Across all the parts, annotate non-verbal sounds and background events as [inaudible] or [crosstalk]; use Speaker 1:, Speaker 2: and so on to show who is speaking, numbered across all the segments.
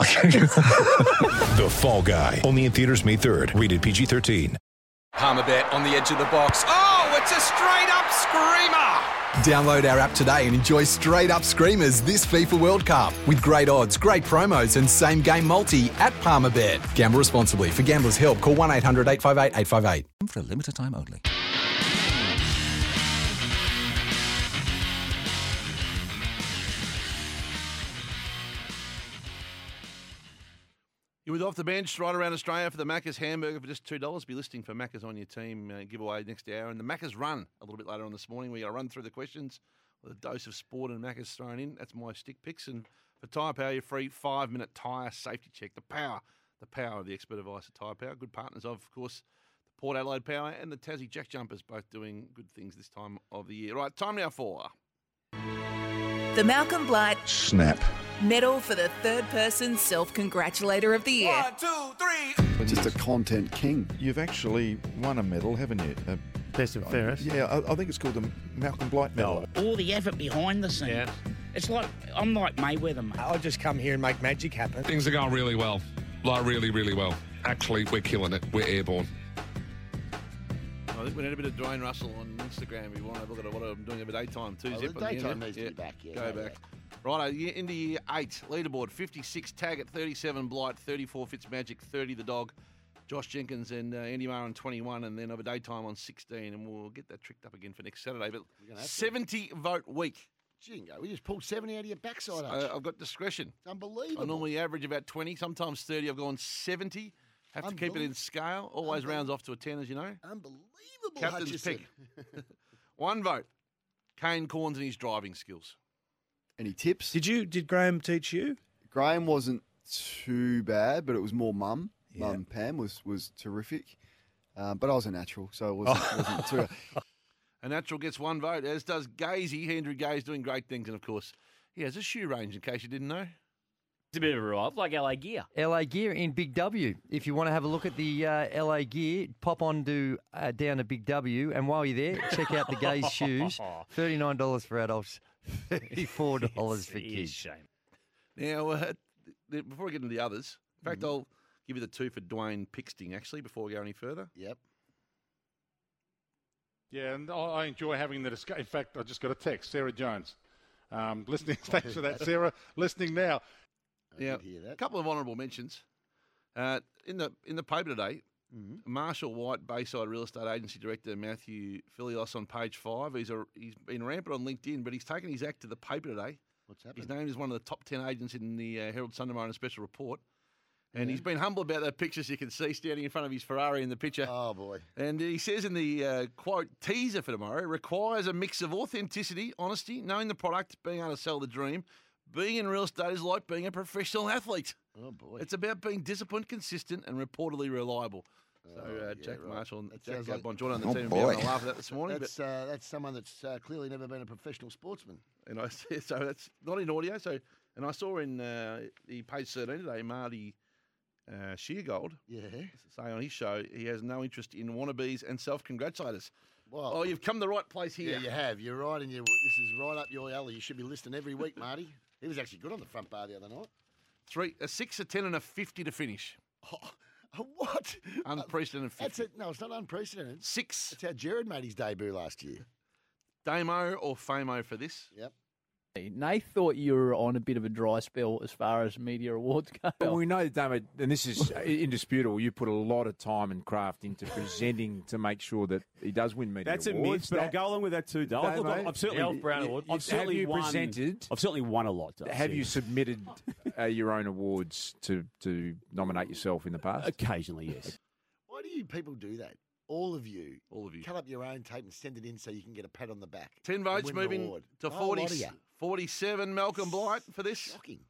Speaker 1: The Fall Guy. Only in theaters May 3rd. Rated PG-13.
Speaker 2: Palmerbet on the edge of the box. Oh, it's a straight up screamer! Download our app today and enjoy straight up screamers this FIFA World Cup with great odds, great promos, and same game multi at Palmerbet. Gamble responsibly. For gamblers' help, call 1 800 858 858.
Speaker 3: for a limited time only.
Speaker 4: He was off the bench right around Australia for the Macca's hamburger for just two dollars. Be listing for Macca's on your team uh, giveaway next hour, and the Macca's run a little bit later on this morning. We're going to run through the questions with a dose of sport and Macca's thrown in. That's my stick picks, and for Tyre Power, your free five-minute tyre safety check. The power, the power of the expert advice at Tyre Power. Good partners of, of course, the Port Adelaide Power and the Tassie Jack Jumpers, both doing good things this time of the year. Right, time now for
Speaker 5: The Malcolm Blight
Speaker 6: Snap.
Speaker 5: Medal for the third person self congratulator of the year.
Speaker 7: Just a content king. You've actually won a medal, haven't you? Uh,
Speaker 8: Best and fairest.
Speaker 7: yeah, I, I think it's called the Malcolm Blight Medal.
Speaker 9: all the effort behind the scenes. It's like I'm like Mayweather, mate.
Speaker 10: Oh,
Speaker 11: I'll just come here and make magic happen.
Speaker 12: Things are going really well. Like, really, really well. Actually, we're killing it. We're airborne.
Speaker 4: I think we need a bit of Dwayne Russell on Instagram. If you want to have a look at what I'm doing over daytime too.
Speaker 11: Oh,
Speaker 4: Zip
Speaker 11: the
Speaker 4: on end,
Speaker 11: daytime
Speaker 4: yeah?
Speaker 11: needs to be back, yeah,
Speaker 4: go
Speaker 11: yeah,
Speaker 4: back. Right, year, into year eight. Leaderboard 56 tag at 37 Blight, 34 Fitzmagic, 30 the dog. Josh Jenkins and uh, Andy Maher on 21, and then over daytime on 16, and we'll get that tricked up again for next Saturday. But 70 vote week.
Speaker 11: Jingo, we just pulled 70 out of your backside.
Speaker 4: Uh,
Speaker 11: Arch.
Speaker 4: I've got discretion.
Speaker 11: it's unbelievable.
Speaker 4: I normally average about 20, sometimes 30. I've gone 70. Have to keep it in
Speaker 11: Unbelievable.
Speaker 4: scale. Always rounds off to a 10, as you know.
Speaker 11: unbelievable.
Speaker 4: Captain's
Speaker 11: Hutchison.
Speaker 4: pick. [laughs] One vote. Kane Corns and his driving skills.
Speaker 7: Any tips?
Speaker 8: Did you? Did Graham teach you?
Speaker 7: Graham wasn't too bad, but it was more mum. Mum Pam was was terrific, uh, but I was a natural, so it
Speaker 13: Oh,
Speaker 7: wasn't, wasn't too.
Speaker 4: A natural gets one vote, as does Gazy. Andrew Gaze doing great things, and of course, he has a shoe range. In case you didn't know,
Speaker 9: It's a bit of a ride, like LA Gear.
Speaker 13: LA Gear in Big W. If you want to have a look at the uh, LA Gear, pop on to uh, down to Big W, and while you're there, check out the
Speaker 7: [laughs]
Speaker 13: Gaze
Speaker 10: [laughs]
Speaker 13: shoes. Thirty nine dollars for adults, thirty four dollars for kids.
Speaker 9: shame.
Speaker 4: now uh, th- th- before I get into the others, in
Speaker 11: Mm-hmm.
Speaker 4: fact, I'll give you the two for Dwayne Pixting actually before we go any further.
Speaker 11: Yep.
Speaker 12: Yeah, and I- I enjoy having the discussion. In fact, I just got a text, Sarah Jones. Um, listening, [laughs] thanks for
Speaker 10: [laughs]
Speaker 12: that, Sarah. Listening now.
Speaker 4: Yeah,
Speaker 11: did hear
Speaker 4: a
Speaker 11: that.
Speaker 4: couple of honourable mentions uh, in the in the paper today.
Speaker 11: Mm-hmm.
Speaker 4: Marshall White, Bayside Real Estate Agency Director Matthew Filios on page five. He's a, he's been rampant on LinkedIn, but he's taken his act to the paper today.
Speaker 11: What's
Speaker 4: His
Speaker 11: happened?
Speaker 4: name is one of the top 10 agents in the uh, Herald Sun tomorrow in a special report. And he's been humble about that picture, as you can see, standing in front of his Ferrari in the picture.
Speaker 11: Oh, boy.
Speaker 4: And he says in the uh, quote teaser for tomorrow requires a mix of authenticity, honesty, knowing the product, being able to sell the dream. Being in real estate is like being a professional athlete.
Speaker 11: Oh, boy.
Speaker 4: It's about being disciplined, consistent, and reportedly reliable. So uh, Jack Marshall and
Speaker 11: Oh, That
Speaker 4: Jack
Speaker 11: sounds like-
Speaker 4: Bonjour on the
Speaker 7: Oh,
Speaker 4: team will be having
Speaker 7: boy.
Speaker 4: a laugh at that this morning. but,
Speaker 11: That's, uh, that's someone that's uh, clearly never been a professional sportsman.
Speaker 4: And I [laughs] said, so that's not in audio. So, and I saw in uh, the page 13 today, Marty uh, Sheargold
Speaker 11: Yeah.
Speaker 4: say on his show he has no interest in wannabes and self congratulators.
Speaker 11: Well,
Speaker 4: Oh, you've come the right place here.
Speaker 11: yeah, you have. You're right, and you, this is right up your alley. You should be listening every
Speaker 4: [laughs]
Speaker 11: week, Marty. He was actually good on the front bar the other night.
Speaker 4: Three, a six, a 10, and a 50
Speaker 11: [laughs]
Speaker 4: to finish.
Speaker 11: Oh, what?
Speaker 4: Unprecedented 50.
Speaker 11: That's it. No, it's not unprecedented.
Speaker 4: Six,
Speaker 11: That's how Jared made his debut last year.
Speaker 4: Damo or Famo for this?
Speaker 11: Yep.
Speaker 9: Nate thought you were on a bit of a dry spell as far as media awards go.
Speaker 8: Well, we know, Dammit, and this is indisputable. You put a lot of time and craft into presenting to make sure
Speaker 11: [laughs]
Speaker 8: that he does win media
Speaker 3: That's a
Speaker 8: awards.
Speaker 3: miss, but I'll
Speaker 8: That-
Speaker 3: go along with that too, Dale.
Speaker 8: Dave,
Speaker 3: Look,
Speaker 8: mate.
Speaker 3: I've I've certainly,
Speaker 8: Alf Brown Award.
Speaker 3: I've
Speaker 8: You've-
Speaker 3: certainly
Speaker 8: have you
Speaker 3: won,
Speaker 8: presented-
Speaker 3: I've certainly won a lot. Dale,
Speaker 8: Have you
Speaker 3: seriously.
Speaker 8: submitted uh, your own awards to, to nominate yourself in the past?
Speaker 3: Occasionally, yes.
Speaker 11: Why do you people do that? All of you.
Speaker 4: All of you.
Speaker 11: Cut up your own tape and send it in so you can get a pat on the back.
Speaker 4: 10
Speaker 11: and
Speaker 4: votes
Speaker 11: win an
Speaker 4: moving
Speaker 11: award. Oh,
Speaker 4: to
Speaker 11: Whole lot
Speaker 4: 40,
Speaker 11: of ya.
Speaker 4: 47. Malcolm Blight for this.
Speaker 11: Shocking.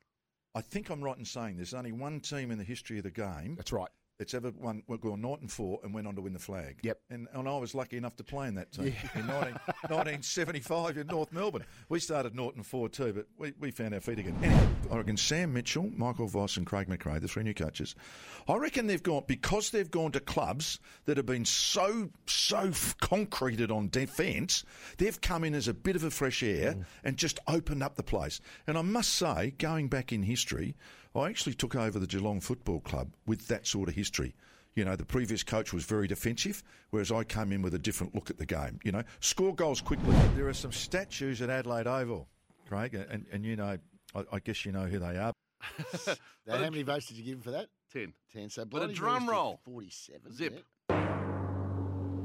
Speaker 6: I think I'm right in saying there's only one team in the history of the game
Speaker 12: That's right.
Speaker 14: It's ever won well, gone Norton four and went on to win the flag. Yep. And, and I was lucky enough to play in that team in 19, 1975 in North Melbourne. We started Norton four too, but we, we found our feet again. Anyway, I reckon Sam Mitchell, Michael Voss, and Craig McRae, the three new coaches. I reckon they've gone because they've gone to clubs that have been so so f- concreted on defence. They've come in as a bit of a fresh air and just opened up the place. And I must say, going back in history, I actually took over the Geelong Football Club with that sort of history. You know, the previous coach was very defensive, whereas I came in with a different look at the game. You know, score goals quickly. There are some statues at Adelaide Oval, Craig, and, and you know, I, I guess you know who they are.
Speaker 11: Now, how many votes did you give him for that?
Speaker 4: Ten.
Speaker 11: Ten. So
Speaker 4: But a
Speaker 11: Bloody
Speaker 4: drum
Speaker 11: Roosters,
Speaker 4: roll.
Speaker 11: 47.
Speaker 4: Zip.
Speaker 11: yeah.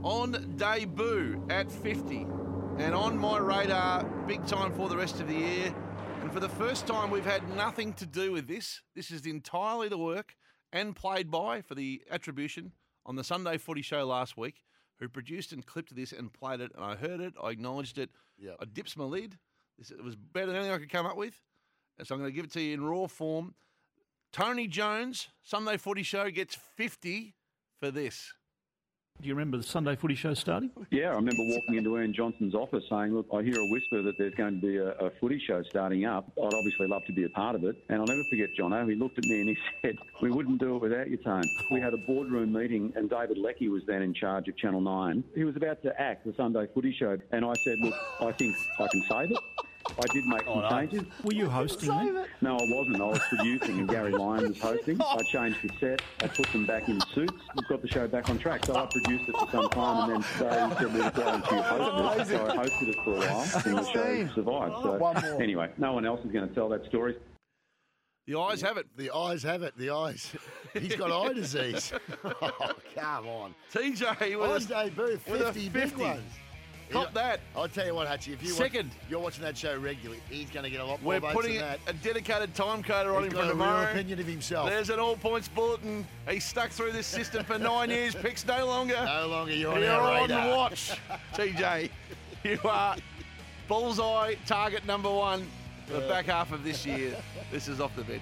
Speaker 4: On debut at 50 and on my radar big time for the rest of the year. And for the first time, we've had nothing to do with this. This is entirely the work and played by for the attribution on the Sunday Footy Show last week, who produced and clipped this and played it. And I heard it, I acknowledged it, I dips my lid. This, it was better than anything I could come up with. And so I'm going to give it to you in raw form. Tony Jones, Sunday Footy Show, gets 50 for this.
Speaker 15: Do you remember the Sunday Footy Show starting?
Speaker 16: Yeah, I remember walking into Ian Johnson's office saying, Look, I hear a whisper that there's going to be a, a footy show starting up. I'd obviously love to be a part of it. And I'll never forget John O. He looked at me and he [laughs] said, We wouldn't do it without you, Tone. We had a boardroom meeting, and David Leckie was then in charge of Channel 9. He was about to act the Sunday footy show. And I said, Look, I think I can save it. I did make some changes.
Speaker 15: Were you hosting that?
Speaker 16: No, I wasn't. I was producing, and Gary Lyon was hosting. I changed the set. I put them back in suits. We've got the show back on track. So I produced it for some time, and then they said we were going to host it. So I hosted it for a
Speaker 14: [laughs]
Speaker 16: while, and the show survived.
Speaker 11: One
Speaker 16: So
Speaker 11: more.
Speaker 16: anyway, no one else is going to tell that story.
Speaker 4: The eyes have it.
Speaker 11: The eyes have it. The
Speaker 4: [laughs]
Speaker 11: eyes. He's got eye disease. Oh, come on.
Speaker 4: TJ
Speaker 11: on
Speaker 4: with a-
Speaker 11: debut, 50,
Speaker 4: with a
Speaker 11: big
Speaker 4: 50.
Speaker 11: ones.
Speaker 4: Cop that.
Speaker 11: I'll tell you what, Hutchie, if you
Speaker 4: Second.
Speaker 11: watch, you're watching that show regularly, he's going to get a lot more
Speaker 4: We're
Speaker 11: votes
Speaker 4: putting
Speaker 11: than that.
Speaker 4: a dedicated time coder on
Speaker 11: He's got
Speaker 4: him for
Speaker 11: a real
Speaker 4: tomorrow.
Speaker 11: opinion of himself.
Speaker 4: There's an all points bulletin. He stuck through this system for
Speaker 11: [laughs]
Speaker 4: nine years. Picks no longer.
Speaker 11: No longer. You're on our radar.
Speaker 4: watch, TJ. You are bullseye target number one for the back half of this year. This is off the bench.